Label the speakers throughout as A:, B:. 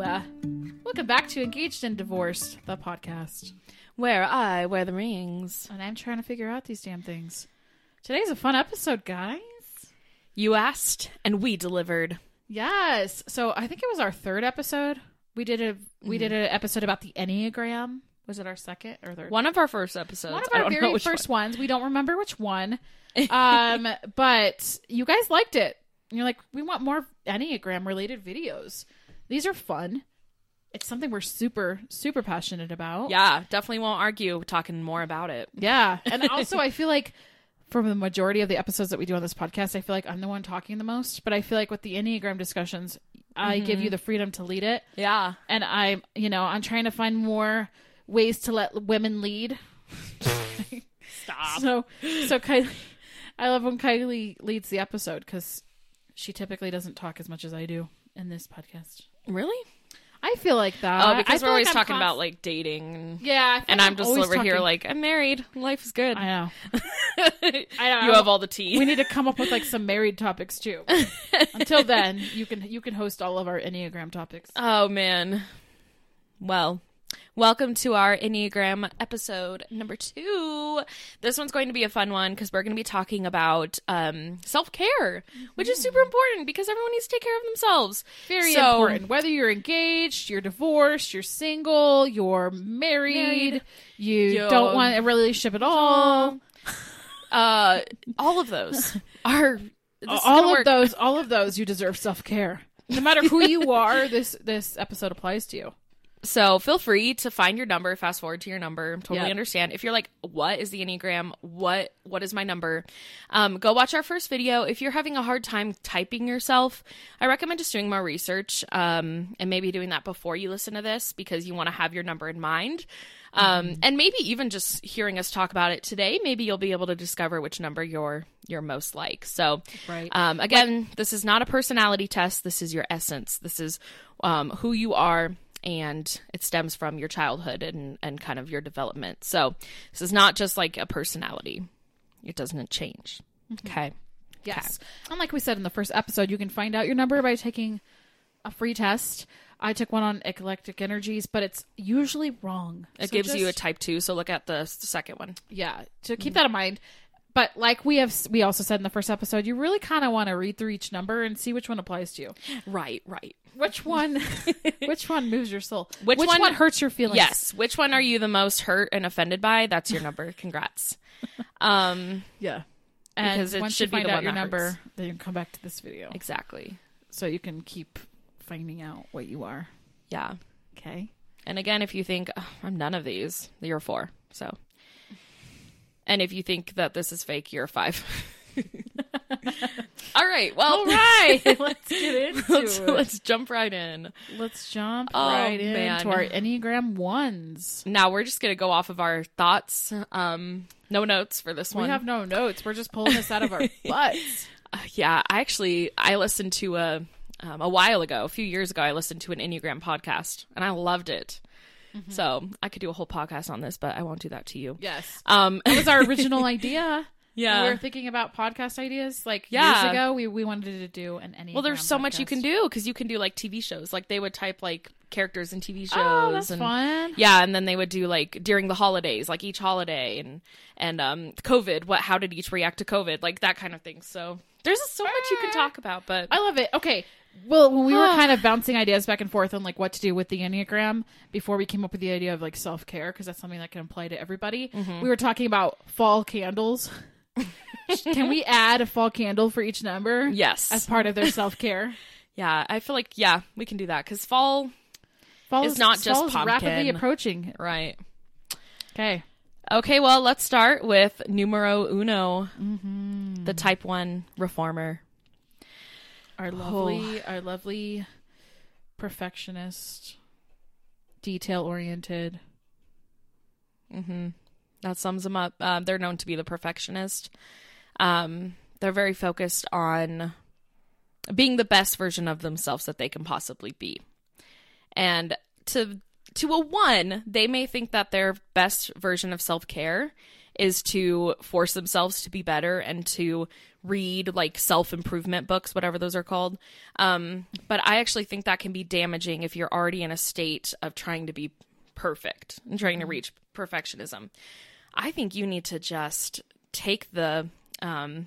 A: uh, Welcome back to Engaged and Divorced, the podcast.
B: Where I wear the rings.
A: And I'm trying to figure out these damn things. Today's a fun episode, guys.
B: You asked, and we delivered.
A: Yes. So I think it was our third episode. We did a we did an episode about the Enneagram. Was it our second or third?
B: One of our first episodes.
A: One of
B: I
A: our
B: don't know
A: very
B: which
A: first ones. We don't remember which one. Um, but you guys liked it. And you're like, we want more Enneagram related videos. These are fun. It's something we're super, super passionate about.
B: one. Yeah, definitely won't argue talking more about it.
A: Yeah. And also, I feel like from the majority of the episodes that we do on this podcast, I feel like I'm the one talking the most. But I feel like with the Enneagram discussions, I give you the freedom to lead it.
B: Yeah.
A: And I'm, you know, I'm trying to find more ways to let women lead.
B: Stop.
A: So, so Kylie, I love when Kylie leads the episode because she typically doesn't talk as much as I do in this podcast.
B: Really?
A: I feel like that.
B: Oh,
A: Uh, I
B: because
A: feel
B: we're always
A: like I'm
B: talking
A: const-
B: about like dating and
A: yeah, I feel
B: and
A: like
B: I'm just
A: always
B: over here
A: talking-
B: like I'm married. Life is good.
A: I know. I-
B: you have all the tea.
A: We need to come up with like some married topics too. Until then, you can you can host all of our enneagram topics.
B: oh man. Well, welcome to our Enneagram episode number 2. This one's going to be a fun one cuz we're going to be talking about um self-care, which is super important because everyone needs to take care of themselves.
A: Mm. Very
B: So-
A: important. Whether you're engaged, you're divorced, you're single, you're married,
B: Married.
A: you
B: You're-
A: don't want a relationship at all.
B: Uh all of those are this is
A: all
B: gonna
A: of
B: work.
A: those, all of those, you deserve self care. No matter who you are, this this episode applies to you.
B: So feel free to find your number, fast forward to your number. Totally
A: Yep.
B: understand. If you're like, what is the Enneagram? What what is my number? Um, go watch our first video. If you're having a hard time typing yourself, I recommend just doing more research um, and maybe doing that before you listen to this because you want to have your number in mind. Um, And maybe even just hearing us talk about it today, maybe you'll be able to discover which number you're you're most like. So
A: Right.
B: um, again, this is not a personality test. This is your essence. This is um, who you are, and it stems from your childhood and, and kind of your development. So this is not just like a personality, it doesn't change.
A: Mm-hmm.
B: Okay.
A: Yes. And like we said in the first episode, you can find out your number by taking a free test. I took one on eclectic energies, but it's usually wrong.
B: It
A: So
B: gives you a
A: just-
B: type two. So look at the s- second one.
A: yeah. So
B: Mm-hmm.
A: keep that in mind. But like we have, we also said in the first episode, you really kind of want to read through each number and see which one applies to you.
B: Right, right.
A: Which one, which one moves your soul?
B: Which
A: which
B: one-
A: one, hurts your feelings?
B: Yes. Which one are you the most hurt and offended by? That's your number. Congrats. Um,
A: Yeah. And
B: Because it
A: once
B: should be
A: you find
B: the
A: out
B: one
A: your
B: that
A: number,
B: hurts.
A: then you can come back to this video
B: exactly.
A: so you can keep finding out what you are.
B: Yeah.
A: Okay.
B: And again, if you think "Ugh, I'm none of these, you're a four. So, and if you think that this is fake, you're a five. All right. Well,
A: All right. let's get into
B: let's,
A: it.
B: let's jump right in.
A: Let's jump
B: Oh,
A: right
B: man.
A: into our Enneagram ones.
B: Now we're just gonna go off of our thoughts. Um, no notes for this one.
A: We have no notes. We're just pulling this out of our butts.
B: yeah, I actually I listened to a um, a while ago, a few years ago. I listened to an Enneagram podcast, and I loved it. So I could do a whole podcast on this, but I won't do that to you.
A: Mm-hmm. Yes.
B: Um,
A: It was our original idea.
B: yeah.
A: We were thinking about podcast ideas like
B: Yeah.
A: years ago. We, we wanted to do an Enneagram.
B: Well, there's so much you
A: podcast.
B: can do because you can do like TV shows. Like they would type like characters in TV shows.
A: Oh, that's
B: and,
A: fun.
B: Yeah, and then they would do like during the holidays, like each holiday and and um COVID. What? How did each react to COVID? Like that kind of thing. So there's so much you can talk about. But
A: I love it. Okay. Well, when we were kind of bouncing ideas back and forth on like what to do with the Enneagram before we came up with the idea of like self care, because that's something that can apply to everybody,
B: Mm-hmm.
A: we were talking about fall candles. can we add a fall candle for each number?
B: yes,
A: As part of their self care.
B: yeah, I feel like yeah, we can do that because fall.
A: Fall
B: It's not just
A: fall is rapidly
B: pumpkin.
A: approaching.
B: Right.
A: Okay.
B: Okay. Well, let's start with numero uno,
A: Mm-hmm.
B: the type one reformer.
A: Our lovely our lovely perfectionist, detail oriented.
B: That sums them up. Um, they're known to be the perfectionist. Um, they're very focused on being the best version of themselves that they can possibly be. And to to a one, they may think that their best version of self care is to force themselves to be better and to read like self improvement books, whatever those are called. Um, but I actually think that can be damaging if you're already in a state of trying to be perfect and trying to reach perfectionism. I think you need to just take the um,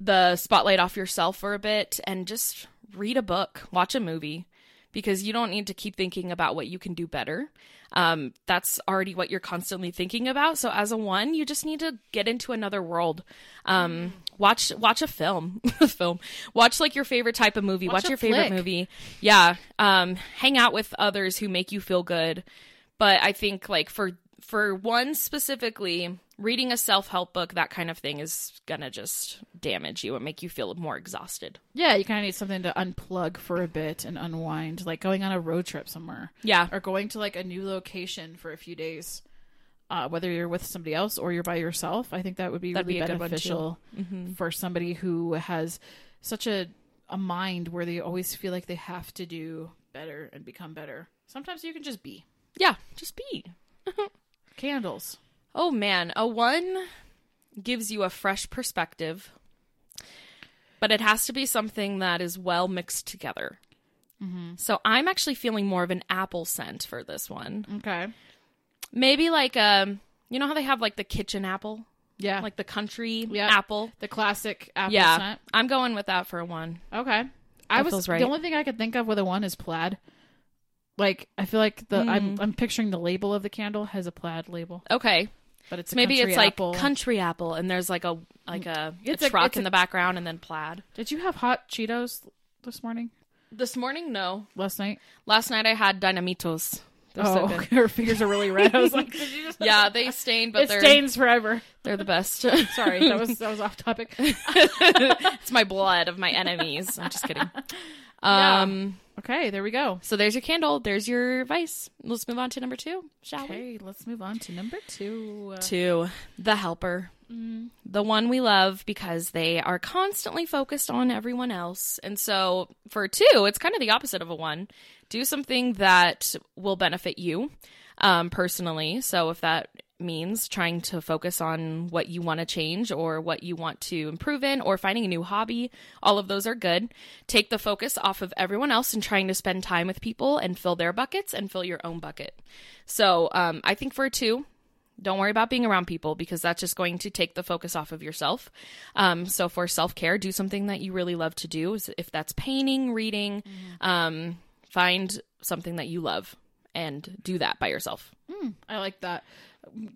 B: the spotlight off yourself for a bit and just read a book, watch a movie, because you don't need to keep thinking about what you can do better. Um, that's already what you're constantly thinking about. So as a one, you just need to get into another world. Um, watch watch a film, film. Watch like your favorite type of movie. Watch,
A: Watch a
B: your favorite
A: flick.
B: movie. Yeah. Um, hang out with others who make you feel good. But I think like for for one specifically, reading a self help book, that kind of thing is gonna just damage you and make you feel more exhausted.
A: Yeah, you kind of need something to unplug for a bit and unwind, like going on a road trip somewhere
B: Yeah.
A: or going to like a new location for a few days. Uh, whether you're with somebody else or you're by yourself, I think that would be
B: That'd
A: really
B: be a good one, too.
A: beneficial for somebody who has such a a mind where they always feel like they have to do better and become better. Sometimes you can just be
B: Yeah. Just be.
A: candles.
B: Oh man, a one gives you a fresh perspective, but it has to be something that is well mixed together. So I'm actually feeling more of an apple scent for this one.
A: Okay.
B: Maybe like um, you know how they have like the kitchen apple,
A: Yeah. Like
B: like the country
A: Yeah.
B: apple.
A: the classic apple
B: yeah,
A: scent.
B: I'm going with that for a one.
A: Okay. I
B: That
A: was
B: feels right.
A: the only thing I could think of with a one is plaid. Like I feel like the I'm I'm picturing the label of the candle has a plaid label,
B: Okay,
A: but it's a
B: maybe
A: country
B: it's
A: apple. Mm.
B: like country apple, and there's like a like a, a
A: It's a-
B: truck
A: it's
B: in
A: a-
B: the background, and then plaid.
A: Did you have hot Cheetos this morning?
B: This morning, no.
A: Last night?
B: Last night I had dynamitos. They're so
A: oh,
B: good.
A: her fingers are really red. I was like, did you just?
B: yeah, they stain, but
A: it
B: they're
A: stains forever.
B: they're the best.
A: Sorry, that was that was off topic.
B: it's my blood of my enemies. I'm just kidding. Um,
A: Okay, there we go.
B: so there's your candle. There's your vice. Let's move on to number two, shall we?
A: Okay, let's move on to number two. Uh,
B: To the helper, the one we love because they are constantly focused on everyone else, and so for two, it's kind of the opposite of a one. Do something that will benefit you um, personally. So if that means trying to focus on what you want to change or what you want to improve in or finding a new hobby, all of those are good. Take the focus off of everyone else and trying to spend time with people and fill their buckets and fill your own bucket. So um, I think for a two, don't worry about being around people because that's just going to take the focus off of yourself. Um, so for self care, do something that you really love to do. If that's painting, reading, um, find something that you love and do that by yourself.
A: I like that.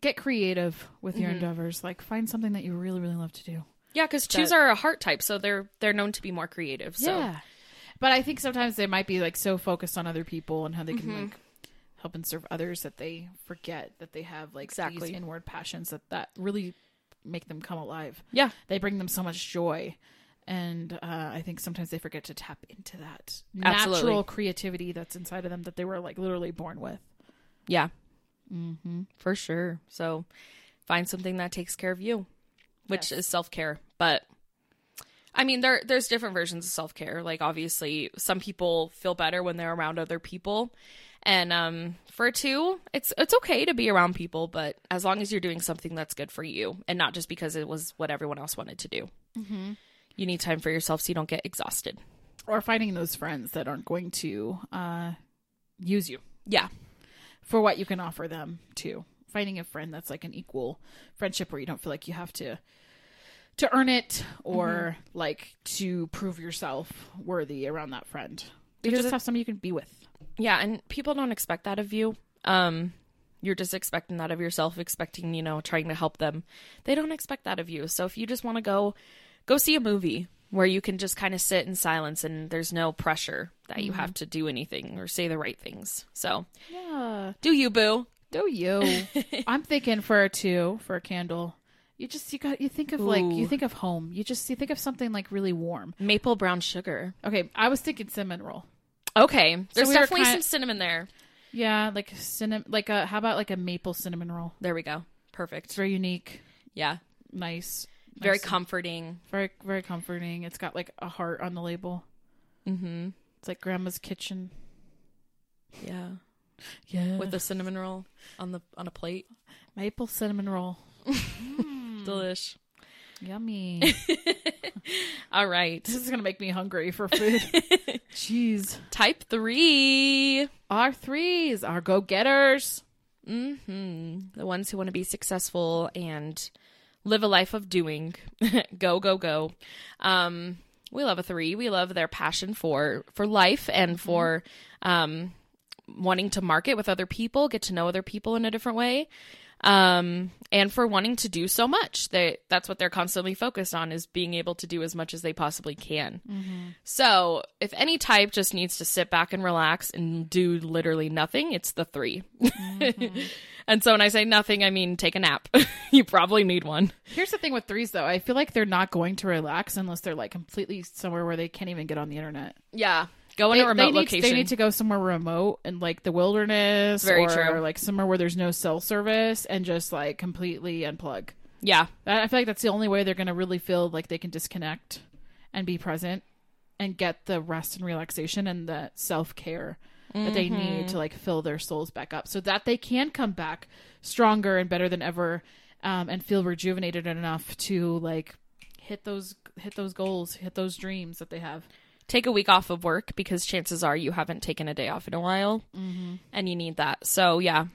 A: Get creative with your endeavors. Like find something that you really really love to do.
B: Yeah, because twos
A: that-
B: are a heart type, so they're they're known to be more creative. So
A: Yeah. But I think sometimes they might be like so focused on other people and how they can
B: Mm-hmm.
A: like help and serve others that they forget that they have like
B: Exactly.
A: these inward passions that that really make them come alive.
B: yeah,
A: They bring them so much joy. And uh, I think sometimes they forget to tap into that
B: Absolutely.
A: natural creativity that's inside of them that they were like literally born with.
B: yeah, for sure. So find something that takes care of you, which is self care. But I mean, there there's different versions of self care. Like obviously, some people feel better when they're around other people, and um, for two, it's it's okay to be around people, but as long as you're doing something that's good for you and not just because it was what everyone else wanted to do. You need time for yourself so you don't get exhausted.
A: Or finding those friends that aren't going to uh, use you.
B: Yeah.
A: for what you can offer them too. Finding a friend that's like an equal friendship where you don't feel like you have to to earn it or
B: Mm-hmm.
A: like to prove yourself worthy around that friend. You
B: Because
A: just
B: it-
A: have somebody you can be with.
B: Yeah, and people don't expect that of you. Um, you're just expecting that of yourself, expecting, you know, trying to help them. They don't expect that of you. So if you just want to go go see a movie where you can just kind of sit in silence and there's no pressure that you have to do anything or say the right things. So,
A: Yeah.
B: do you boo?
A: Do you? I'm thinking for a two for a candle. You just you got you think of like you
B: Ooh.
A: think of home. You just you think of something like really warm.
B: Maple brown sugar.
A: Okay, I was thinking cinnamon roll.
B: Okay. There's
A: we were
B: definitely some
A: kinda-
B: cinnamon there.
A: Yeah, like cinnamon like a how about like a maple cinnamon roll?
B: There we go.
A: It's
B: Perfect.
A: very unique,
B: Yeah.
A: nice.
B: Very
A: nice.
B: comforting.
A: Very very comforting. It's got like a heart on the label.
B: Mhm.
A: It's like grandma's kitchen.
B: Yeah.
A: Yeah.
B: With
A: With a
B: a cinnamon roll on the on a plate.
A: maple cinnamon roll.
B: Mm. Delish.
A: Yummy.
B: All right.
A: this is gonna make me hungry for food. Jeez.
B: Type three.
A: Our threes, our go getters.
B: hmm The ones who want to be successful and live a life of doing. go, go, go. Um, we love a three. We love their passion for for life and for um, wanting to market with other people, get to know other people in a different way, um, and for wanting to do so much. They that's what they're constantly focused on is being able to do as much as they possibly can. So, if any type just needs to sit back and relax and do literally nothing, it's the 3
A: Mm-hmm.
B: and so, when I say nothing, I mean take a nap. you probably need one.
A: Here's the thing with threes though. I feel like they're not going to relax unless they're like completely somewhere where they can't even get on the internet.
B: Yeah. Go in a remote
A: need,
B: location.
A: They need to go somewhere remote and like the wilderness
B: Very
A: or
B: true.
A: like somewhere where there's no cell service and just like completely unplug.
B: yeah.
A: That- I feel like that's the only way they're going to really feel like they can disconnect and be present and get the rest and relaxation and the self care that they need
B: Mm-hmm.
A: to like fill their souls back up so that they can come back stronger and better than ever um, and feel rejuvenated enough to like hit those hit those goals hit those dreams that they have
B: Take a week off of work because chances are you haven't taken a day off in a while
A: Mm-hmm.
B: and you need that. So, yeah.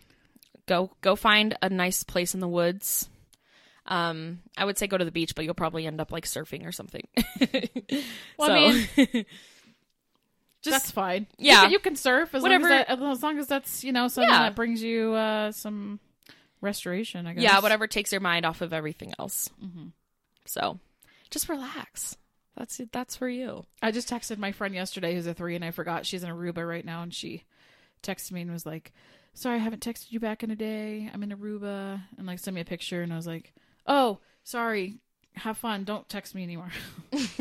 B: Go go find a nice place in the woods. Um, I would say go to the beach, but you'll probably end up like surfing or something.
A: Well, I mean, that's fine You
B: yeah.
A: can- you, can surf as,
B: Whatever-
A: long as, that, as long as that's you know something
B: Yeah.
A: that brings you uh, some restoration i guess
B: Yeah, whatever takes your mind off of everything else.
A: Mm-hmm.
B: So, just relax. That's that's for you.
A: I just texted my friend yesterday who's a three, and I forgot she's in Aruba right now, and she texted me and was like, "Sorry, I haven't texted you back in a day. I'm in Aruba," and like sent me a picture, and I was like, "Oh, sorry. Have fun. Don't text me anymore,"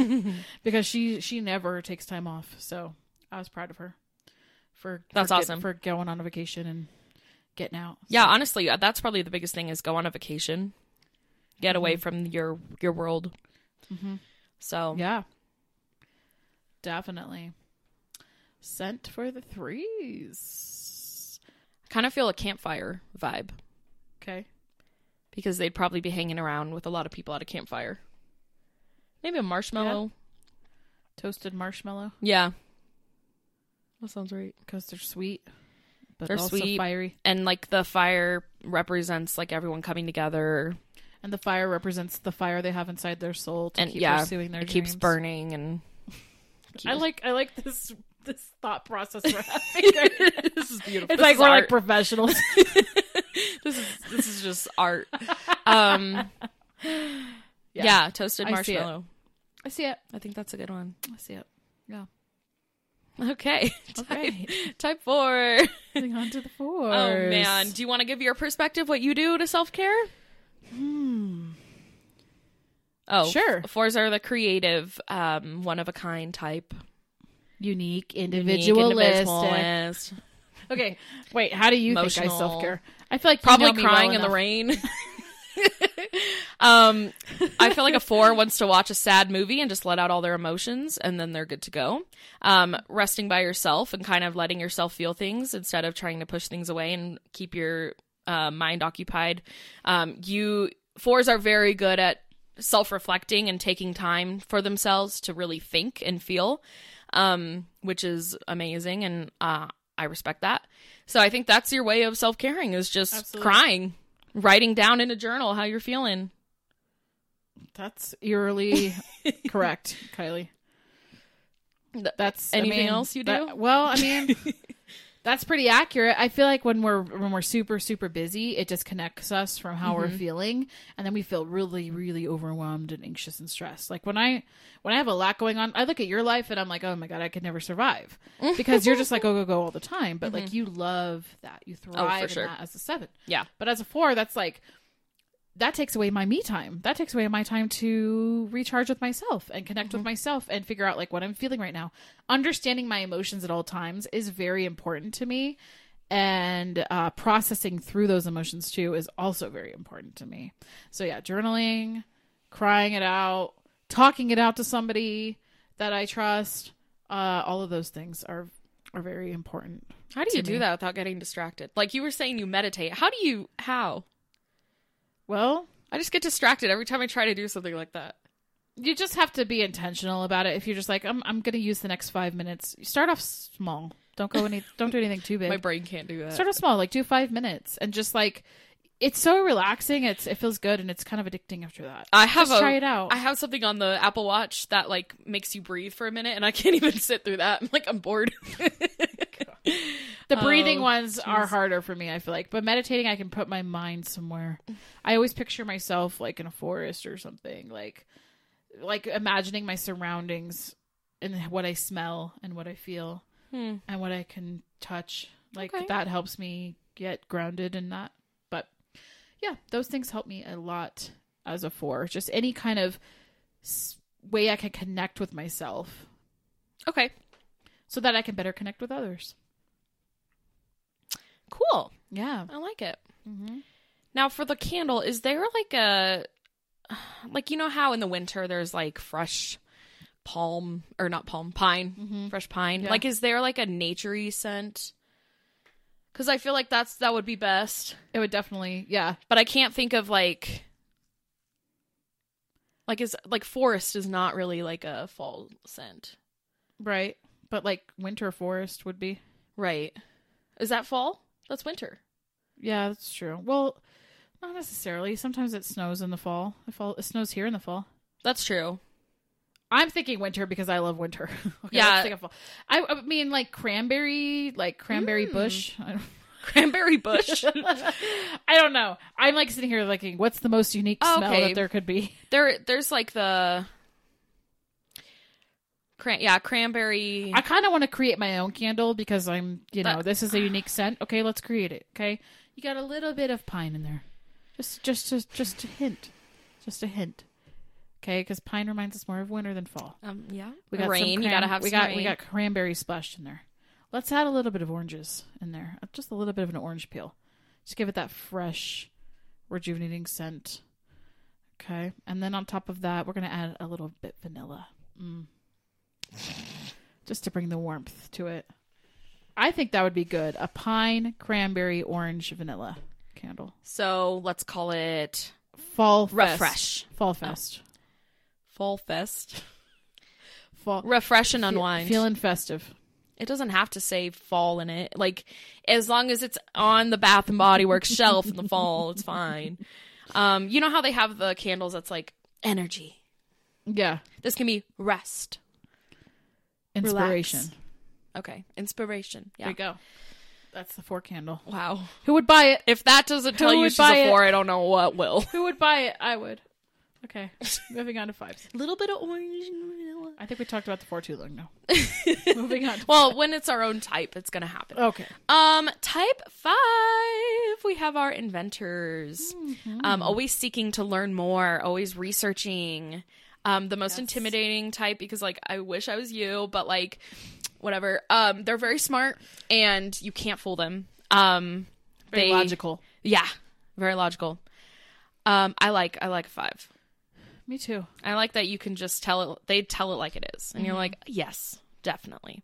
A: because she she never takes time off. So I was proud of her for
B: That's
A: for get-
B: awesome.
A: for going on a vacation and getting out.
B: Yeah, honestly, uh, that's probably the biggest thing is go on a vacation, get away from your your world. Mm-hmm. So
A: Yeah, definitely. Sent for the threes.
B: kind of feel a campfire vibe
A: Okay.
B: because they'd probably be hanging around with a lot of people at a campfire. Maybe a marshmallow.
A: Toasted marshmallow.
B: Yeah, that sounds right.
A: because they're sweet, but
B: They're
A: they're also
B: sweet.
A: fiery.
B: And like the fire represents like everyone coming together,
A: And the fire represents the fire they have inside their soul to
B: and
A: keep
B: yeah,
A: pursuing their
B: it keeps
A: dreams.
B: burning and.
A: I like I like this this thought process we're having. right now.
B: this is beautiful.
A: It's like
B: is
A: we're
B: art.
A: like professionals.
B: this is this is just art. Um, yeah.
A: Yeah.
B: toasted
A: I see it.
B: marshmallow.
A: I see it.
B: I, think that's a good one.
A: I see it. Yeah.
B: Okay,
A: All
B: type,
A: right.
B: type four.
A: Moving on to the fours.
B: Oh man, do you want to give your perspective what you do to self care? Hmm. Oh
A: Sure.
B: f- Fours are the creative, um, one of a kind type. Unique,
A: Unique, individualistic.
B: individualist.
A: Okay, wait. How do you think I
B: Emotional.
A: self care? I feel like you
B: Probably
A: know me
B: crying
A: well
B: in the
A: enough.
B: rain. um, I feel like a four wants to watch a sad movie and just let out all their emotions, and then they're good to go. Um, resting by yourself and kind of letting yourself feel things instead of trying to push things away and keep your uh, mind occupied. Um, you fours are very good at self-reflecting and taking time for themselves to really think and feel, um, which is amazing, and uh, I respect that. So I think that's your way of self-caring is just
A: Absolutely.
B: crying, writing down in a journal how you're feeling.
A: That's eerily correct, Kylie.
B: Th-
A: That's I
B: anything
A: mean,
B: else you
A: that-
B: do?
A: well, I mean, that's pretty accurate. I feel like when we're when we're super super busy, it just connects us from how
B: Mm-hmm.
A: we're feeling, and then we feel really really overwhelmed and anxious and stressed. Like when I when I have a lot going on, I look at your life and I'm like, oh my god, I could never survive because you're just like go go go all the time. But like you love that, you thrive in
B: Mm-hmm. Oh, sure.
A: that as a seven.
B: Yeah.
A: But as a four, that's like that takes away my me time. That takes away my time to recharge with myself and connect with myself and figure out like what I'm feeling right now. Understanding my emotions at all times is very important to me. And uh, processing through those emotions too is also very important to me. So, yeah, journaling, crying it out, talking it out to somebody that I trust, uh, all of those things are, are very important.
B: How do you
A: to
B: do
A: me.
B: that without getting distracted? Like you were saying, you meditate. How do you? How?
A: Well,
B: I just get distracted every time I try to do something like that.
A: You just have to be intentional about it. If you're just like, I'm, I'm going to use the next five minutes. Start off small. Don't go any. don't do anything too big.
B: My brain can't do that.
A: Start off small. Like do five minutes and just like, it's so relaxing. It's it feels good and it's kind of addicting after that.
B: I have
A: Just
B: a-
A: try it out.
B: I have something on the Apple Watch that like makes you breathe for a minute, and I can't even sit through that. I'm like, I'm bored.
A: The breathing
B: Oh,
A: ones are
B: jeez.
A: harder for me, I feel like. But meditating, I can put my mind somewhere. I always picture myself like in a forest or something, like like imagining my surroundings and what I smell and what I feel
B: Hmm.
A: and what I can touch. Like
B: Okay.
A: that helps me get grounded in that. But yeah, those things help me a lot as a four. Just any kind of s- way I can connect with myself
B: Okay,
A: so that I can better connect with others.
B: cool.
A: Yeah.
B: I like it.
A: Mm-hmm.
B: Now for the candle, is there like a like you know how in the winter there's like fresh palm or not palm pine,
A: Mhm.
B: fresh pine.
A: Yeah.
B: Like, is there like a naturey scent? Because I feel like that's that would be best.
A: It would definitely, yeah.
B: but I can't think of like like is like forest is not really like a fall scent,
A: Right. But like winter forest would be.
B: right? Is that fall? That's winter.
A: Yeah, that's true. Well, not necessarily. Sometimes it snows in the fall. It, fall, it snows here in the fall.
B: That's true.
A: I'm thinking winter because I love winter. okay,
B: Yeah.
A: Let's think of fall. I, I mean, like cranberry, like
B: Hmm.
A: cranberry bush. I don't-
B: Cranberry bush.
A: I don't know. I'm like sitting here thinking, what's the most unique
B: Oh,
A: smell
B: okay.
A: that there could be?
B: there, there's like the cran. Yeah, cranberry.
A: I kind of want to create my own candle because I'm, you know, this is a unique scent. Okay, let's create it. Okay, you got a little bit of pine in there, just, just, just, just a hint, just a hint. Okay, because pine reminds us more of winter than fall.
B: um, yeah,
A: We got
B: rain.
A: Some
B: you
A: cran-
B: gotta have.
A: We
B: some
A: got we
B: rain.
A: got cranberry splashed in there. Let's add a little bit of oranges in there, Uh, just a little bit of an orange peel, just give it that fresh, rejuvenating scent. Okay, and then on top of that, we're gonna add a little bit vanilla, mm. just to bring the warmth to it. I think that would be good. A pine, cranberry, orange, vanilla candle.
B: So let's call it
A: Fall fest.
B: Refresh. Oh.
A: Fall fest.
B: fall fest.
A: Fall.
B: Refresh and
A: Fe-
B: unwind.
A: Feeling festive.
B: It doesn't have to say fall in it. Like as long as it's on the Bath and Body Works shelf in the fall, it's fine. Um, you know how they have the candles that's like energy.
A: Yeah.
B: This can be rest.
A: Inspiration.
B: Okay, inspiration. Yeah.
A: There you go. That's the four candle.
B: Wow.
A: Who would buy it?
B: If that doesn't tell you
A: would
B: she's
A: buy
B: a
A: it?
B: four, I don't know what will.
A: Who would buy it? I would. Okay. Moving on to fives.
B: A little bit of orange and vanilla.
A: I think we talked about the four too long now. Moving on. To-
B: Well, when it's our own type, it's gonna happen.
A: okay.
B: Um, type five, we have our inventors. Um, always seeking to learn more, always researching. Um, the most intimidating type because like I wish I was you, but like whatever. Um, they're very smart and you can't fool them. Um,
A: Very
B: they-
A: logical.
B: Yeah, very logical. Um, I like I like a five.
A: Me too.
B: I like that you can just tell it. They tell it like it is, and you're like, yes, definitely.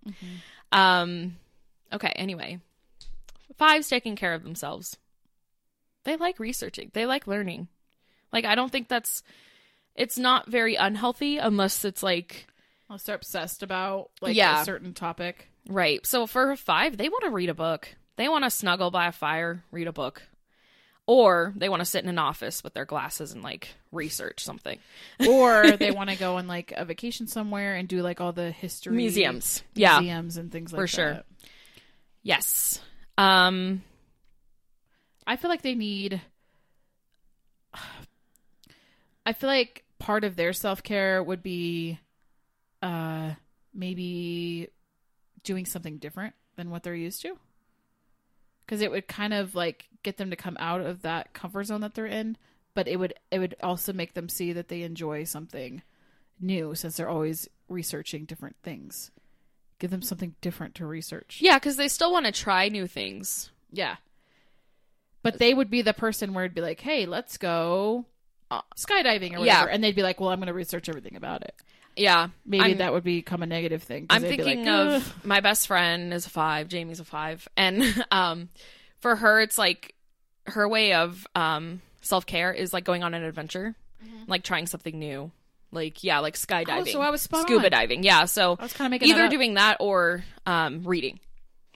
B: Um, okay. Anyway, five's taking care of themselves. They like researching. They like learning. Like I don't think that's. It's not very unhealthy unless it's like
A: Unless they're obsessed about like
B: Yeah.
A: a certain topic.
B: right. So for a five, they want to read a book. They want to snuggle by a fire, read a book, or they want to sit in an office with their glasses and like research something.
A: Or they want to go on like a vacation somewhere and do like all the history
B: Museums. Yeah.
A: Museums and things like
B: For sure.
A: that.
B: Yes. Um.
A: I feel like they need. I feel like part of their self care would be, uh, maybe doing something different than what they're used to. Because it would kind of like get them to come out of that comfort zone that they're in, but it would it would also make them see that they enjoy something new since they're always researching different things. Give them something different to research.
B: Yeah, because they still want to try new things.
A: Yeah. But they would be the person where it'd be like, hey, let's go uh, skydiving or whatever.
B: Yeah.
A: And they'd be like, well, I'm going to research everything about it.
B: Yeah,
A: Maybe
B: I'm,
A: that would become a negative thing. 'cause
B: I'm
A: they'd be
B: thinking
A: like, "Ugh."
B: of my best friend is a five. Jamie's a five, and um, for her, it's like her way of um self care is like going on an adventure, like trying something new. Like yeah, like skydiving.
A: Mm-hmm. Oh, I was spot
B: scuba
A: on.
B: diving. Yeah, so
A: I was kind of making
B: either
A: that up.
B: doing that or um, reading.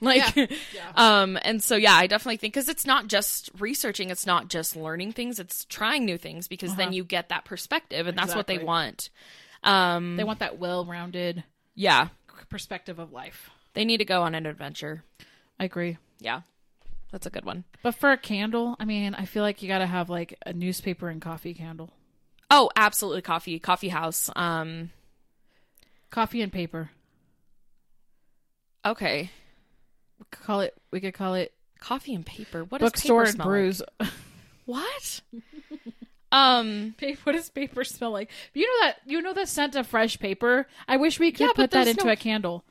B: Like,
A: Yeah. Yeah.
B: um, and so yeah, I definitely think because it's not just researching, it's not just learning things, it's trying new things because then you get that perspective, and that's what they
A: Uh-huh.
B: want.
A: Exactly.
B: Um,
A: They want that well-rounded
B: yeah,
A: perspective of life.
B: they need to go on an adventure.
A: I agree.
B: Yeah, that's a good one.
A: But for a candle, I mean, I feel like you got to have like a newspaper and coffee candle.
B: Oh, absolutely, coffee, coffee house. Um,
A: Coffee and paper.
B: okay,
A: We could call it we could call it
B: coffee and paper. What does paper
A: bookstore and
B: smell
A: brews.
B: like? What? um,
A: Pa- what does paper smell like? You know that you know the scent of fresh paper. I wish we could
B: Yeah, but
A: put that
B: there's
A: into
B: no-
A: a candle.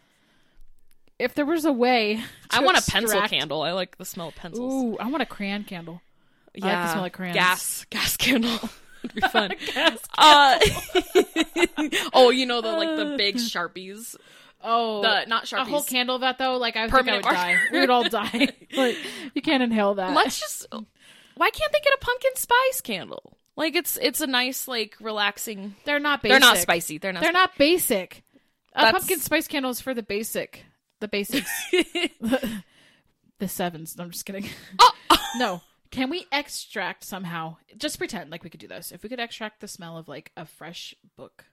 A: If there was a way,
B: I
A: to
B: want a pencil
A: extract-
B: candle. I like the smell of pencils.
A: Ooh, I want a crayon candle. I like the smell of crayons.
B: Gas, gas candle. It'd be fun. uh, oh, you know the like the big sharpies.
A: Oh,
B: The not
A: a
B: sharpies.
A: whole candle of that though. Like I think I
B: Permanent
A: would
B: marker.
A: die. We would all die. like you can't inhale that.
B: Let's just. Why can't they get a pumpkin spice candle? Like it's it's a nice like relaxing.
A: They're not basic.
B: They're not spicy. They're not.
A: They're not basic. A
B: That's-
A: pumpkin spice candle is for the basic, the basics, the sevens. No, I'm just kidding.
B: Oh.
A: no, can we extract somehow? Just pretend like we could do this. If we could extract the smell of like a fresh book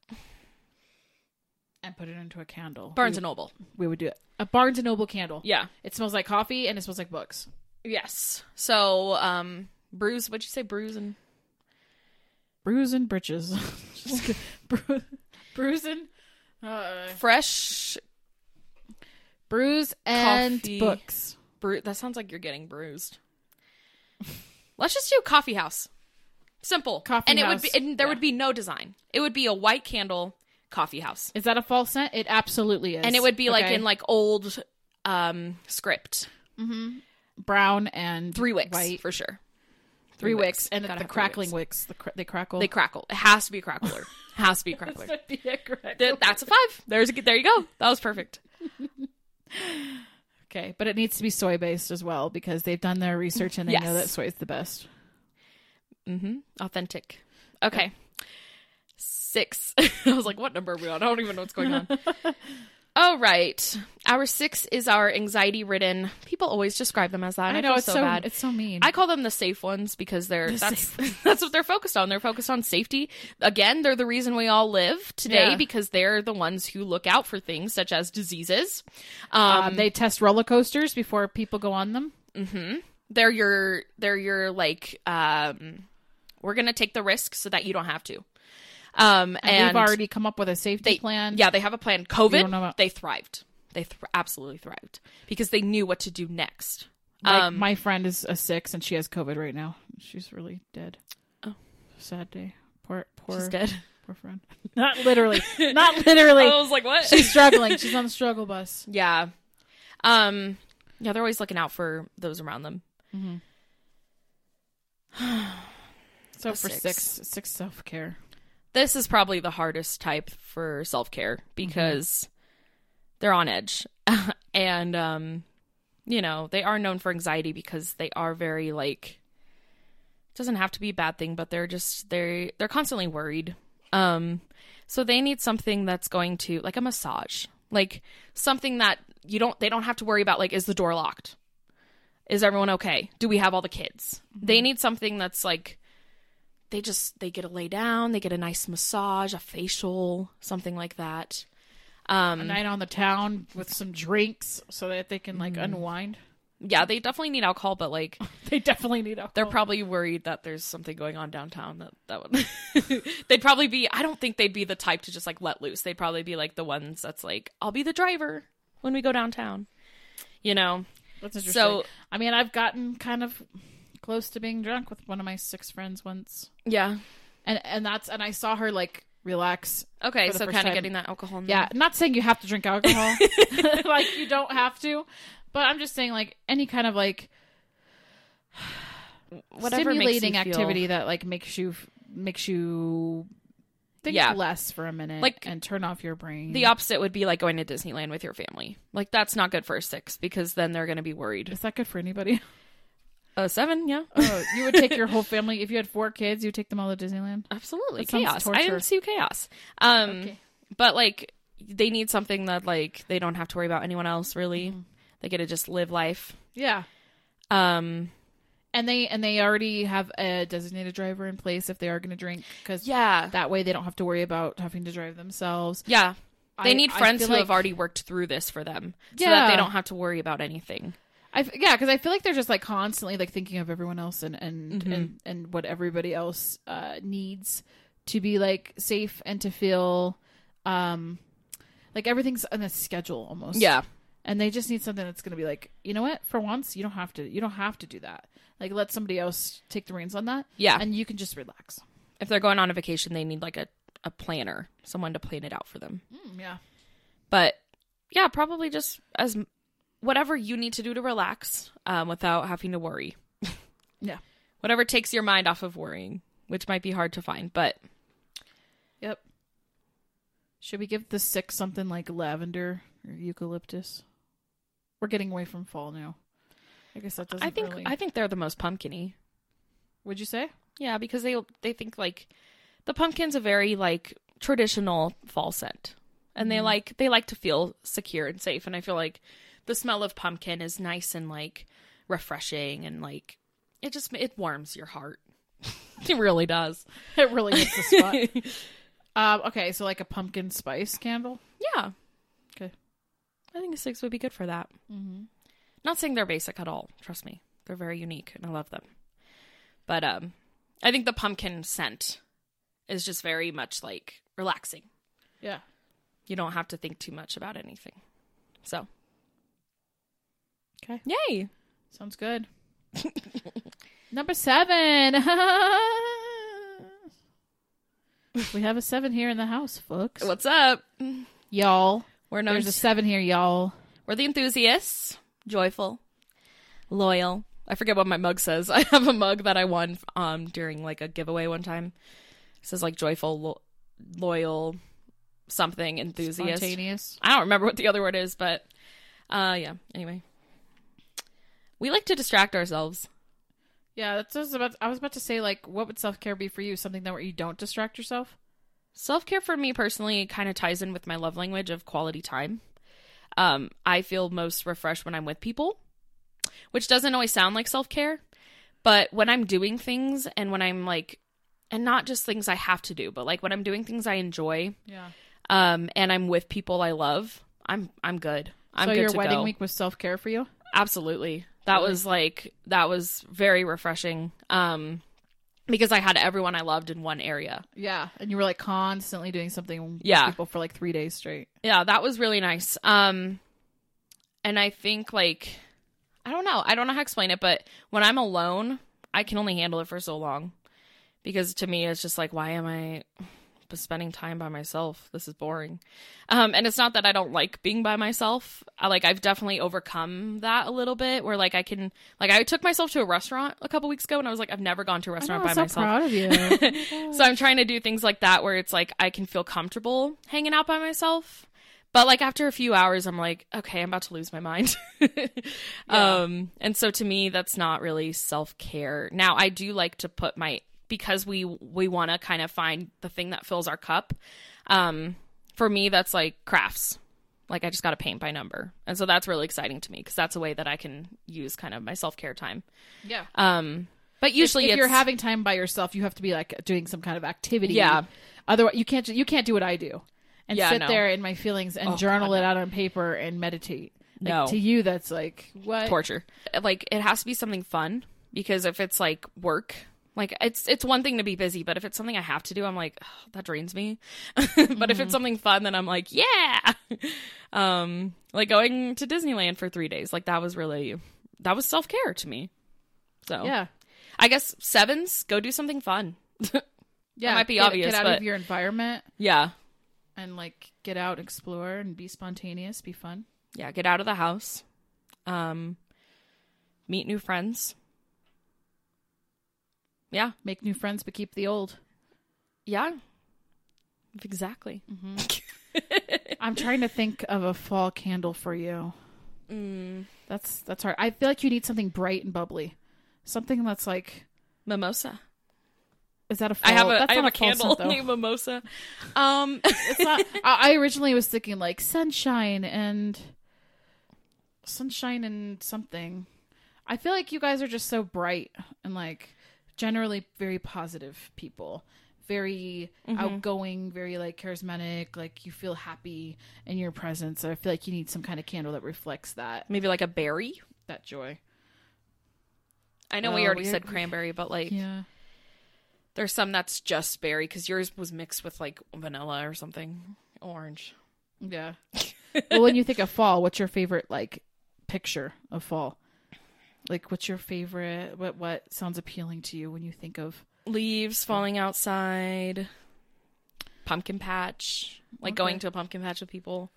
A: and put it into a candle,
B: Barnes and Noble.
A: we would do it. A Barnes and Noble candle.
B: Yeah.
A: It smells like coffee and it smells like books.
B: Yes. So um, brews. What'd you say? Brews and
A: Brews and britches. Just kidding. Bru- brews and uh,
B: fresh
A: brews and
B: Coffee.
A: books.
B: brew. That sounds like you're getting bruised. Let's just do coffee house. Simple.
A: Coffee
B: and it would
A: house,
B: be and there
A: yeah.
B: would be no design. It would be a white candle coffee house.
A: Is that a false scent? It absolutely is.
B: and it would be like
A: Okay.
B: in like old um script
A: brown and
B: three wicks
A: white,
B: for sure
A: three, wicks, and
B: Gotta
A: the
B: have three
A: crackling
B: wicks.
A: wicks. The cr- they crackle.
B: they crackle it has to be a crackler has to be a crackler
A: That'd be a crackle.
B: Th- that's a five there's a, there you go that was perfect
A: okay, but it needs to be soy based as well because they've done their research and they know
B: Yes.
A: that soy is the best.
B: mm-hmm authentic okay six i was like what number are we on i don't even know what's going on all right our six is our anxiety ridden people always describe them as that i, feel
A: it's
B: so bad
A: It's so mean.
B: I call them the safe ones because they're that's that's what they're focused on. They're focused on safety. Again, they're the reason we all live today
A: Yeah.
B: because they're the ones who look out for things such as diseases.
A: um,
B: Um,
A: they test roller coasters before people go on them.
B: they're your they're your like um, we're gonna take the risk so that you don't have to. Um,
A: And
B: and
A: we've already come up with a safety
B: they
A: plan.
B: Yeah, they have a plan.
A: don't know
B: COVID,
A: about-
B: they thrived. They thr absolutely thrived because they knew what to do next.
A: Like,
B: um,
A: my friend is a six and she has COVID right now. She's really dead.
B: Oh.
A: sad day. Poor, poor,
B: She's dead. Oh,
A: poor friend. Not literally. Not literally.
B: I was like, what?
A: She's struggling. She's on the struggle bus.
B: Yeah. Um yeah, they're always looking out for those around them.
A: So
B: A
A: for
B: six.
A: six, six self care.
B: This is probably the hardest type for self-care because they're on edge. and um you know, they are known for anxiety because they are very like it doesn't have to be a bad thing, but they're just they they're constantly worried. Um so they need something that's going to like a massage. Like something that you don't they don't have to worry about like is the door locked? Is everyone okay? Do we have all the kids? They need something that's like they just they get to lay down, they get a nice massage, a facial, something like that. Um
A: night on the town with some drinks so that they can like
B: Mm-hmm.
A: unwind.
B: yeah, they definitely need alcohol, but like
A: They definitely need alcohol.
B: They're probably worried that there's something going on downtown that that would they'd probably be I don't think they'd be the type to just like let loose. They'd probably be like the ones that's like I'll be the driver when we go downtown. You know.
A: That's interesting.
B: so-
A: I mean, I've gotten kind of close to being drunk with one of my six friends once,
B: Yeah.
A: and and that's and I saw her like relax.
B: Okay,
A: For the
B: so
A: first
B: kind of
A: time.
B: getting that alcohol. in
A: Yeah,
B: there.
A: not saying you have to drink alcohol, like you don't have to, but I'm just saying like any kind of like
B: Whatever makes you
A: stimulating
B: feel-
A: activity that like makes you makes you think
B: Yeah.
A: less for a minute,
B: Like-
A: and turn off your brain.
B: The opposite would be like going to Disneyland with your family. Like that's not good for a six because then they're going to be worried.
A: is that good for anybody?
B: Uh, seven, yeah.
A: Oh, you would take your whole family if you had four kids. You would take them all to Disneyland.
B: Absolutely.
A: That sounds
B: Chaos. I
A: torture.
B: didn't see chaos. Um,
A: Okay.
B: But, like, they need something that, like, they don't have to worry about anyone else, really.
A: Mm-hmm.
B: They get to just live life.
A: Yeah,
B: Um,
A: and they and they already have a designated driver in place if they are going to drink because
B: yeah.
A: that way they don't have to worry about having to drive themselves.
B: yeah. They
A: I-
B: need
A: I
B: friends
A: feel
B: who have
A: like-
B: already worked through this for them so that they
A: Yeah.
B: don't have to worry about anything.
A: I f- yeah, because I feel like they're just like constantly like thinking of everyone else and and
B: Mm-hmm.
A: and, and what everybody else uh, needs to be like safe and to feel um like everything's on a schedule almost. and they just need something that's going to be like you know what for once you don't have to you don't have to do that like let somebody else take the reins on that
B: Yeah.
A: and you can just relax
B: If they're going on a vacation, they need, like, a, a planner, someone to plan it out for them.
A: Hmm, yeah
B: but yeah probably just as whatever you need to do to relax um, without having to worry
A: Yeah.
B: whatever takes your mind off of worrying which might be hard to find but
A: yep should we give the six something like lavender or eucalyptus we're getting away from fall now i guess that doesn't
B: i think
A: really-
B: i think they're the most pumpkiny
A: would you say
B: yeah because they they think like the pumpkin's a very like traditional fall scent and
A: Mm-hmm.
B: they like they like to feel secure and safe and i feel like the smell of pumpkin is nice and like refreshing and like it just it warms your heart it really does
A: it really hits the spot um, okay so like a pumpkin spice candle
B: Yeah.
A: Okay.
B: I think a six would be good for that.
A: mm-hmm.
B: Not saying they're basic at all. Trust me. They're very unique and I love them. But um I think the pumpkin scent is just very much like relaxing.
A: yeah
B: You don't have to think too much about anything. So
A: Okay.
B: Yay.
A: Sounds good. Number seven. we have a seven here in the house, folks.
B: What's up?
A: Y'all.
B: We're known
A: There's a
B: to-
A: seven here, y'all.
B: We're the enthusiasts, joyful, loyal. I forget what my mug says. I have a mug that I won um during like a giveaway one time. It says like joyful, lo- loyal, something enthusiast.
A: Spontaneous.
B: I don't remember what the other word is, but uh yeah, anyway. We like to distract ourselves.
A: Yeah, that's what I was about. I was about to say, like, what would self care be for you? Something that where you don't distract yourself.
B: Self care for me personally kind of ties in with my love language of quality time. Um, I feel most refreshed when I'm with people, which doesn't always sound like self care, but when I'm doing things and when I'm like, and not just things I have to do, but like when I'm doing things I enjoy,
A: Yeah.
B: um, and I'm with people I love, I'm I'm good. I'm
A: so
B: good
A: your
B: to
A: wedding
B: go.
A: week was self care for you.
B: Absolutely. That was like that was very refreshing. Um, because I had everyone I loved in one area.
A: Yeah, and you were like constantly doing something. with
B: Yeah.
A: People for like three days straight.
B: yeah that was really nice um and i think like i don't know i don't know how to explain it but when i'm alone i can only handle it for so long because to me it's just like why am i spending time by myself this is boring um and it's not that i don't like being by myself i like i've definitely overcome that a little bit where like i can like i took myself to a restaurant a couple weeks ago and i was like i've never gone to a restaurant
A: I'm
B: by
A: Oh, so
B: myself
A: proud of you.
B: so I'm trying to do things like that where it's like I can feel comfortable hanging out by myself. But like after a few hours I'm like, okay, I'm about to lose my mind. Um and so to me that's not really self-care. Now I do like to put my because we we want to kind of find the thing that fills our cup. Um for me that's like crafts. Like I just got to paint by number. And so that's really exciting to me because that's a way that I can use kind of my self-care time.
A: yeah.
B: Um but usually
A: if
B: it's
A: you're having time by yourself, you have to be like doing some kind of activity.
B: Yeah.
A: Otherwise, you can't ju- you can't do what I do and
B: Yeah,
A: sit
B: no.
A: there in my feelings and
B: Oh,
A: journal
B: God,
A: it out on paper and meditate. Like,
B: No.
A: To you, that's like what?
B: torture. Uh, Like it has to be something fun because if it's like work, like it's it's one thing to be busy, but if it's something I have to do, I'm like "Ugh, that drains me. but if it's something fun, then I'm like yeah. um, like going to Disneyland for three days, like that was really that was self care to me. So
A: Yeah.
B: I guess sevens go do something fun.
A: Yeah.
B: might be
A: get,
B: obvious,
A: Get out
B: but-
A: of your environment
B: yeah,
A: and like get out, explore, and be spontaneous, be fun.
B: yeah, get out of the house, um, meet new friends. Yeah,
A: Make new friends, but keep the old.
B: yeah, exactly.
A: I'm trying to think of a fall candle for you.
B: Mm.
A: That's that's hard. I feel like you need something bright and bubbly. something that's like
B: Mimosa.
A: is that a fall?
B: I have a
A: that's
B: I have
A: not
B: a
A: fall
B: candle
A: scent, though.
B: named Mimosa. Um,
A: It's not- I I originally was thinking like sunshine and sunshine and something. I feel like you guys are just so bright and like generally very positive people, very outgoing, very like charismatic. Like you feel happy in your presence. I feel like you need some kind of candle that reflects that
B: maybe like a berry.
A: that joy.
B: I know we
A: Oh,
B: already
A: we-
B: said cranberry, but like
A: Yeah,
B: there's some that's just berry because yours was mixed with like vanilla or something, orange.
A: yeah. well, when you think of fall, what's your favorite like picture of fall? Like, what's your favorite? What what sounds appealing to you when you think of
B: Leaves falling outside. Pumpkin patch, like
A: Okay.
B: going to a pumpkin patch with people.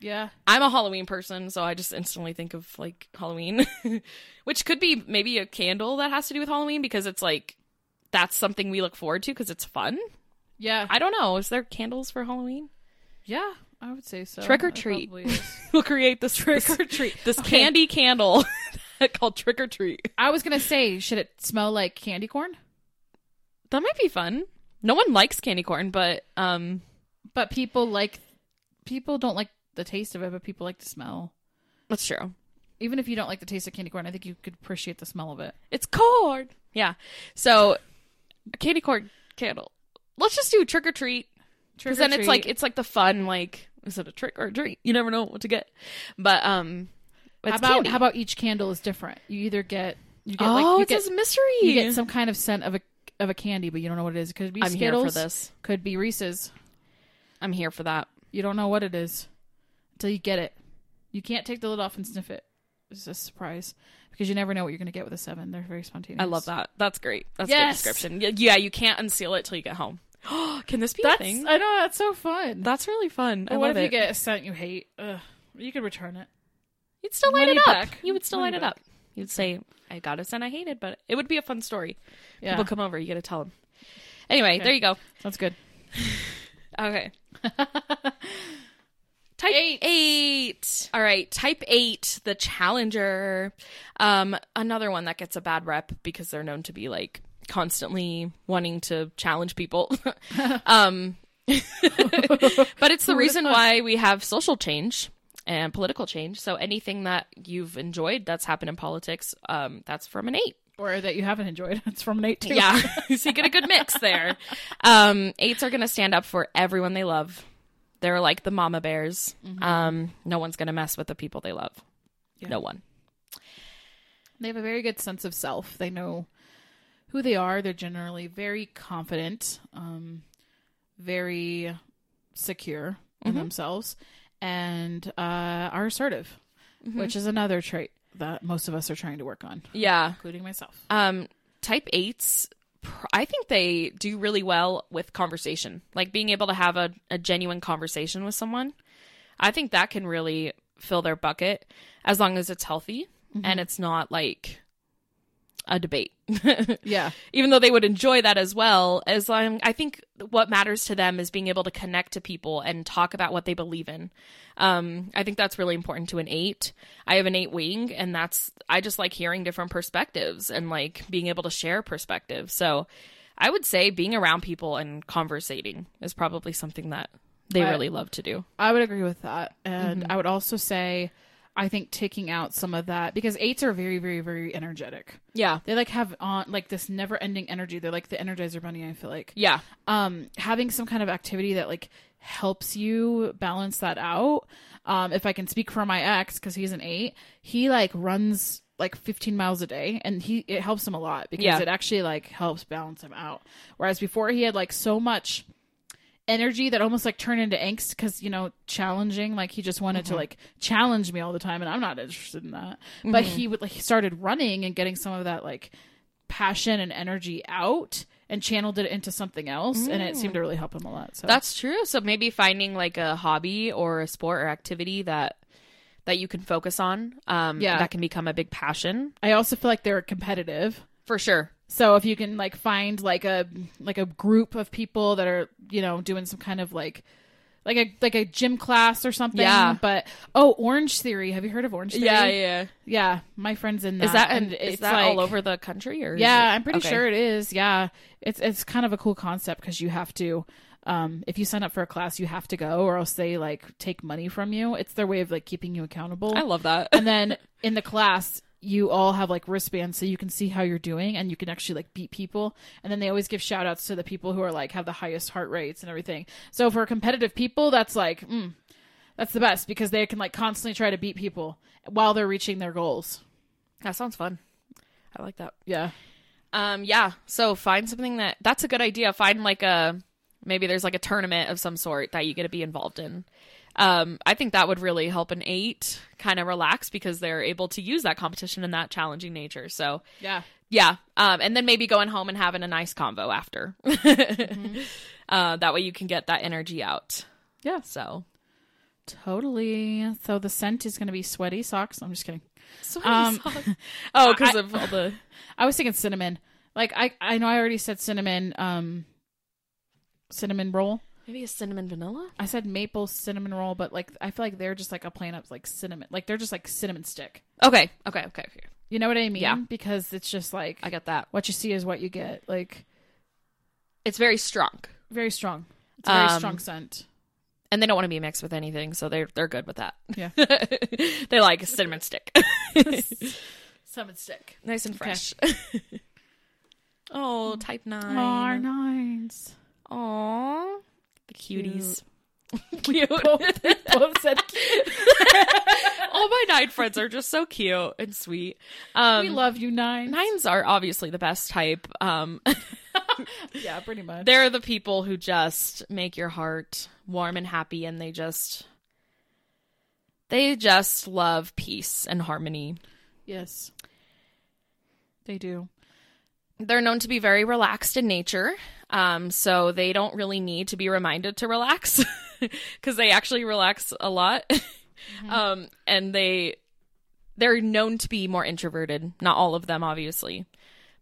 A: Yeah.
B: I'm a Halloween person, so I just instantly think of like Halloween, which could be maybe a candle that has to do with Halloween because it's like that's something we look forward to because it's fun.
A: Yeah.
B: I don't know. Is there candles for Halloween?
A: yeah. I would say so.
B: Trick or
A: It
B: treat.
A: probably is.
B: We'll create this trick
A: or treat.
B: this
A: Okay.
B: candy candle called trick or treat.
A: I was going to say, should it smell like candy corn?
B: That might be fun. No one likes candy corn, but um,
A: But people like, people don't like the taste of it, but people like the smell.
B: that's true.
A: Even if you don't like the taste of candy corn, I think you could appreciate the smell of it.
B: It's corn. Yeah. So a candy corn candle. Let's just do trick or treat. Because then it's like it's like the fun, like is it a trick or a treat? You never know what to get. But um, but
A: how
B: it's
A: about
B: candy.
A: how about each candle is different? You either get you get
B: oh,
A: like you
B: it
A: get,
B: says mystery.
A: you get some kind of scent of a of a candy, but you don't know what it is. It could be
B: I'm
A: Skittles,
B: here for this.
A: could be Reese's.
B: I'm here for that.
A: You don't know what it is until you get it. You can't take the lid off and sniff it. It's a surprise because you never know what you're going to get with a seven. They're very spontaneous.
B: I love that. That's great. That's a good
A: Yes.
B: description. Y- Yeah, you can't unseal it till you get home. Can this be
A: That's
B: a thing?
A: I know that's so fun.
B: That's really fun. I
A: But what
B: love
A: if
B: it.
A: you get a scent you hate? Ugh, you could return it.
B: You'd still light
A: Money
B: it up.
A: back.
B: You would still
A: Money
B: light
A: back.
B: it up. You'd say, "I got a scent I hated," but it would be a fun story.
A: Yeah,
B: People come over. You gotta tell them. Anyway, there you go.
A: sounds good.
B: Okay. type eight. All right. Type eight, the challenger. Um, another one that gets a bad rep because they're known to be like constantly wanting to challenge people. um, but it's the reason why we have social change and political change. So anything that you've enjoyed that's happened in politics, um, that's from an eight.
A: Or that you haven't enjoyed. It's from an eight too.
B: Yeah. so you get a good mix there. Um, eights are going to stand up for everyone they love. They're like the mama bears. Um, no one's going to mess with the people they love. No one.
A: They have a very good sense of self. They know who they are. They're generally very confident, um, very secure in themselves, and uh, are assertive, which is another trait that most of us are trying to work on,
B: Yeah.
A: including myself.
B: Um, type eights, pr- I think they do really well with conversation, like being able to have a, a genuine conversation with someone. I think that can really fill their bucket as long as it's healthy and it's not like a debate.
A: Yeah.
B: even though they would enjoy that as well as long i think what matters to them is being able to connect to people and talk about what they believe in um, i think that's really important to an eight i have an eight wing and that's i just like hearing different perspectives and like being able to share perspectives so i would say being around people and conversating is probably something that they
A: I-
B: really love to do
A: I would agree with that. And I would also say, I think taking out some of that because eights are very, very, very energetic.
B: yeah
A: They like have on like this never ending energy. They're like the energizer bunny, I feel like.
B: yeah
A: Um, having some kind of activity that like helps you balance that out. Um, if I can speak for my ex, because he's an eight, he like runs like 15 miles a day and he it helps him a lot because
B: Yeah.
A: it actually like helps balance him out. Whereas before he had like so much energy that almost like turned into angst because you know challenging like he just wanted to
B: Mm-hmm.
A: like challenge me all the time and i'm not interested in that but
B: Mm-hmm.
A: he would like he started running and getting some of that like passion and energy out and channeled it into something else and it
B: Mm.
A: seemed to really help him a lot so
B: That's true. So maybe finding like a hobby or a sport or activity that that you can focus on. Um,
A: Yeah.
B: that can become a big passion
A: i also feel like they're competitive
B: for sure.
A: so if you can like find like a like a group of people that are you know doing some kind of like like a like a gym class or something.
B: Yeah.
A: But oh, Orange Theory. Have you heard of Orange Theory?
B: Yeah, yeah.
A: Yeah, My friend's in that.
B: Is that
A: and
B: and is
A: it's
B: that
A: like-
B: all over the country or? is
A: Yeah,
B: it-
A: I'm pretty
B: okay.
A: sure it is. Yeah, it's it's kind of a cool concept because you have to, um, if you sign up for a class, you have to go, or else they like take money from you. It's their way of like keeping you accountable.
B: I love that.
A: and then in the class, you all have like wristbands so you can see how you're doing, and you can actually like beat people. And then they always give shout outs to the people who are like have the highest heart rates and everything. So for competitive people, that's like. Mm, that's the best because they can like constantly try to beat people while they're reaching their goals.
B: That sounds fun. I like that.
A: Yeah.
B: Um, yeah. So find something that that's a good idea. Find like a maybe there's like a tournament of some sort that you get to be involved in. Um, I think that would really help an eight kind of relax because they're able to use that competition in that challenging nature. So
A: Yeah.
B: yeah. Um, and then maybe going home and having a nice convo after. uh, that way you can get that energy out.
A: Yeah.
B: So
A: Totally. So the scent is going to be sweaty socks. I'm just kidding.
B: um, oh, because of all the
A: I was thinking cinnamon. Like I, I know I already said cinnamon. Um, cinnamon roll.
B: maybe a cinnamon vanilla.
A: I said maple cinnamon roll, but like I feel like they're just like a plain up like cinnamon. Like they're just like cinnamon stick.
B: Okay, okay, okay, okay.
A: You know what I mean?
B: Yeah.
A: Because it's just like
B: I got that.
A: what you see is what you get. Like
B: It's very strong.
A: very strong. It's a very
B: Um,
A: strong scent.
B: and they don't want to be mixed with anything, so they're they're good with that.
A: Yeah.
B: they like cinnamon stick,
A: Cinnamon stick.
B: nice and fresh. oh, type
A: Are
B: nine.
A: nice.
B: Aw, the cuties. Cute.
A: Both said
B: All my nine friends are just so cute and sweet. Um,
A: we love you nine.
B: nines are obviously the best type. Um,
A: Yeah, pretty much.
B: they're the people who just make your heart warm and happy, and they just they just love peace and harmony.
A: Yes. They do.
B: they're known to be very relaxed in nature. Um, so they don't really need to be reminded to relax because they actually relax a lot.
A: Mm-hmm.
B: Um, and they they're known to be more introverted. Not all of them, obviously,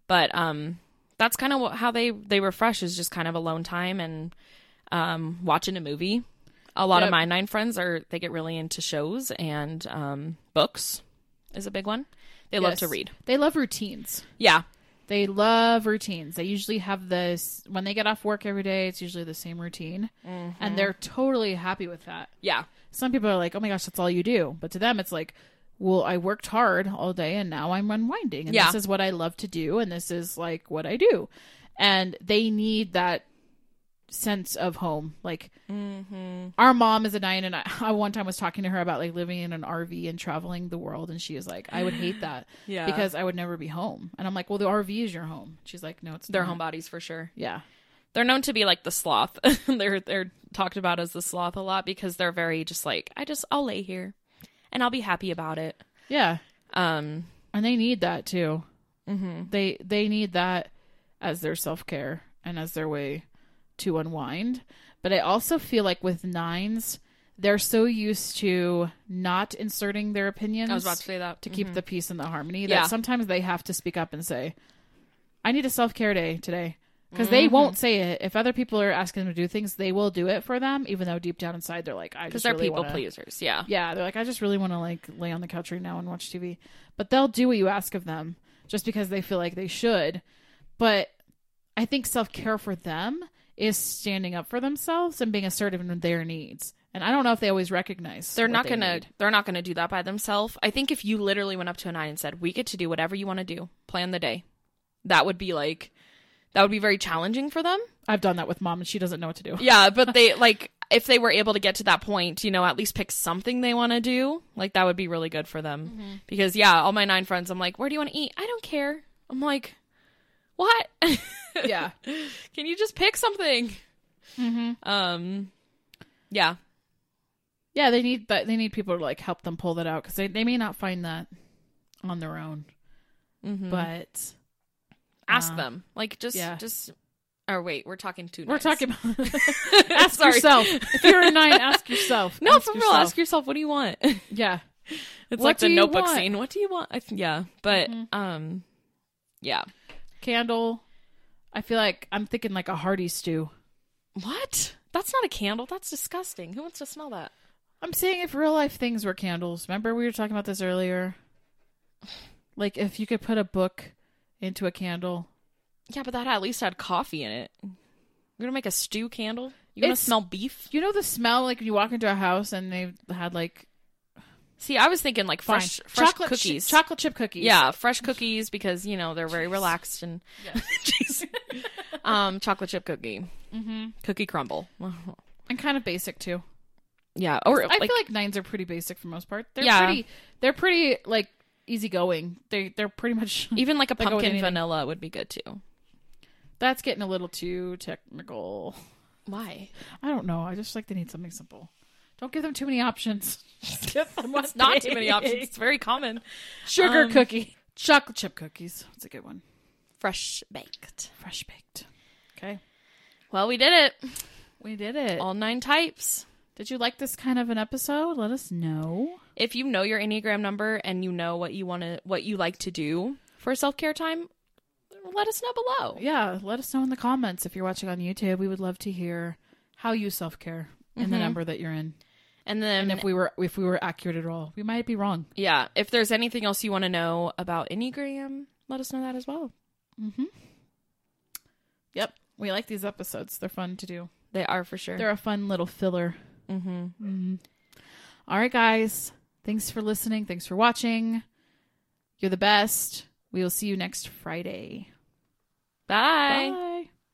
B: but um, that's kind of how they they refresh is just kind of alone time and um, watching a movie. A lot
A: Yep.
B: of my nine friends are they get really into shows and um, books is a big one. They love to
A: Yes.
B: read.
A: They love routines.
B: Yeah,
A: They love routines. They usually have this when they get off work every day, it's usually the same routine.
B: Mm-hmm.
A: And they're totally happy with that.
B: yeah.
A: Some people are like, "Oh my gosh, that's all you do." But to them it's like, "Well, I worked hard all day and now I'm unwinding. And
B: Yeah.
A: this is what I love to do and this is like what I do." And they need that sense of home. Like
B: Mm-hmm.
A: our mom is a nine and I, I one time was talking to her about like living in an rv and traveling the world and she was like i would hate that
B: Yeah.
A: because i would never be home and i'm like well the rv is your home she's like no it's
B: They're
A: not.
B: homebodies for sure.
A: yeah
B: they're known to be like the sloth. they're they're talked about as the sloth a lot because they're very just like I just I'll lay here and I'll be happy about it.
A: yeah
B: Um
A: and they need that too mm-hmm. they they need that as their self-care and as their way to unwind but i also feel like with nines they're so used to not inserting their opinions
B: I was about to say that. Mm-hmm.
A: to keep the peace and the harmony
B: Yeah.
A: that sometimes they have to speak up and say i need a self-care day today because they
B: Mm-hmm.
A: won't say it if other people are asking them to do things they will do it for them even though deep down inside they're like i
B: Because
A: just
B: they're
A: really
B: people
A: wanna-
B: pleasers, yeah.
A: yeah they're like i just really want to like lay on the couch right now and watch tv but they'll do what you ask of them just because they feel like they should but i think self-care for them is standing up for themselves and being assertive in their needs and i don't know if they always recognize
B: They're
A: what
B: not
A: they
B: gonna
A: need.
B: they're not gonna do that by themselves. I think if you literally went up to a nine and said, We get to do whatever you want to do, plan the day, that would be like that would be very challenging for them.
A: i've done that with mom and she doesn't know what to do
B: Yeah, but they like if they were able to get to that point, you know, at least pick something they want to do, like that would be really good for them.
A: Mm-hmm.
B: Because yeah, all my nine friends, I'm like, where do you want to eat? I don't care. I'm like, what?
A: yeah
B: Can you just pick something? Um, yeah,
A: Yeah, they need that. They need people to like help them pull that out because they, they may not find that on their own.
B: Mm.
A: But
B: Mm-hmm. ask
A: Uh,
B: them. Like just
A: yeah.
B: just. Or wait, we're talking too.
A: we're
B: nice.
A: talking about ask
B: Sorry.
A: yourself. If you're a nine, ask yourself.
B: No,
A: Ask
B: for real.
A: yourself.
B: Ask yourself. What do you want? it's
A: Yeah,
B: like
A: What
B: the
A: do you
B: Notebook
A: want? Mm-hmm.
B: scene. What do you want? I th- yeah, but um, yeah.
A: candle. I feel like I'm thinking like a hearty stew.
B: What? That's not a candle. That's disgusting. Who wants to smell that?
A: I'm saying if real life things were candles. Remember we were talking about this earlier? Like if you could put a book into a candle.
B: Yeah, but that at least had coffee in it. You're gonna make a stew candle. You gonna
A: It's-
B: smell beef?
A: You know the smell like when you walk into a house and they had like
B: See, I was thinking like fresh,
A: fine,
B: fresh
A: chocolate chi-
B: cookies.
A: chocolate chip cookies.
B: Yeah, fresh cookies because you know they're very relaxed and Jeez. um, chocolate chip cookie,
A: hmm
B: cookie crumble.
A: and kind of basic too.
B: Yeah, or
A: I
B: like,
A: feel like nines are pretty basic for most part. They're
B: Yeah.
A: pretty. They're pretty like easygoing. They they're pretty much.
B: even like a
A: They go with
B: pumpkin
A: anything.
B: vanilla would be good too.
A: That's getting a little too technical.
B: Why?
A: I don't know. I just like they need something simple. Don't give them too many options. Give them what
B: It's not
A: they
B: too many
A: need.
B: options. It's very common.
A: Sugar
B: Um,
A: cookie, chocolate chip cookies. That's a good one.
B: Fresh baked.
A: Fresh baked. Okay,
B: Well, we did it.
A: we did it.
B: All nine types.
A: Did you like this kind of an episode? Let us know.
B: If you know your Enneagram number and you know what you want to, what you like to do for self care time, let us know below.
A: Yeah, let us know in the comments if you're watching on YouTube. We would love to hear how you self care and the number that you're in.
B: And then,
A: Mm-hmm. and if we were if we were accurate at all we might be wrong
B: yeah, if there's anything else you want to know about Enneagram, let us know that as well.
A: Mm-hmm. yep we like these episodes they're fun to do
B: They are for sure. Mm-hmm.
A: they're a fun little filler Mhm. All right guys thanks for listening thanks for watching you're the best we will see you next friday
B: Bye.
A: bye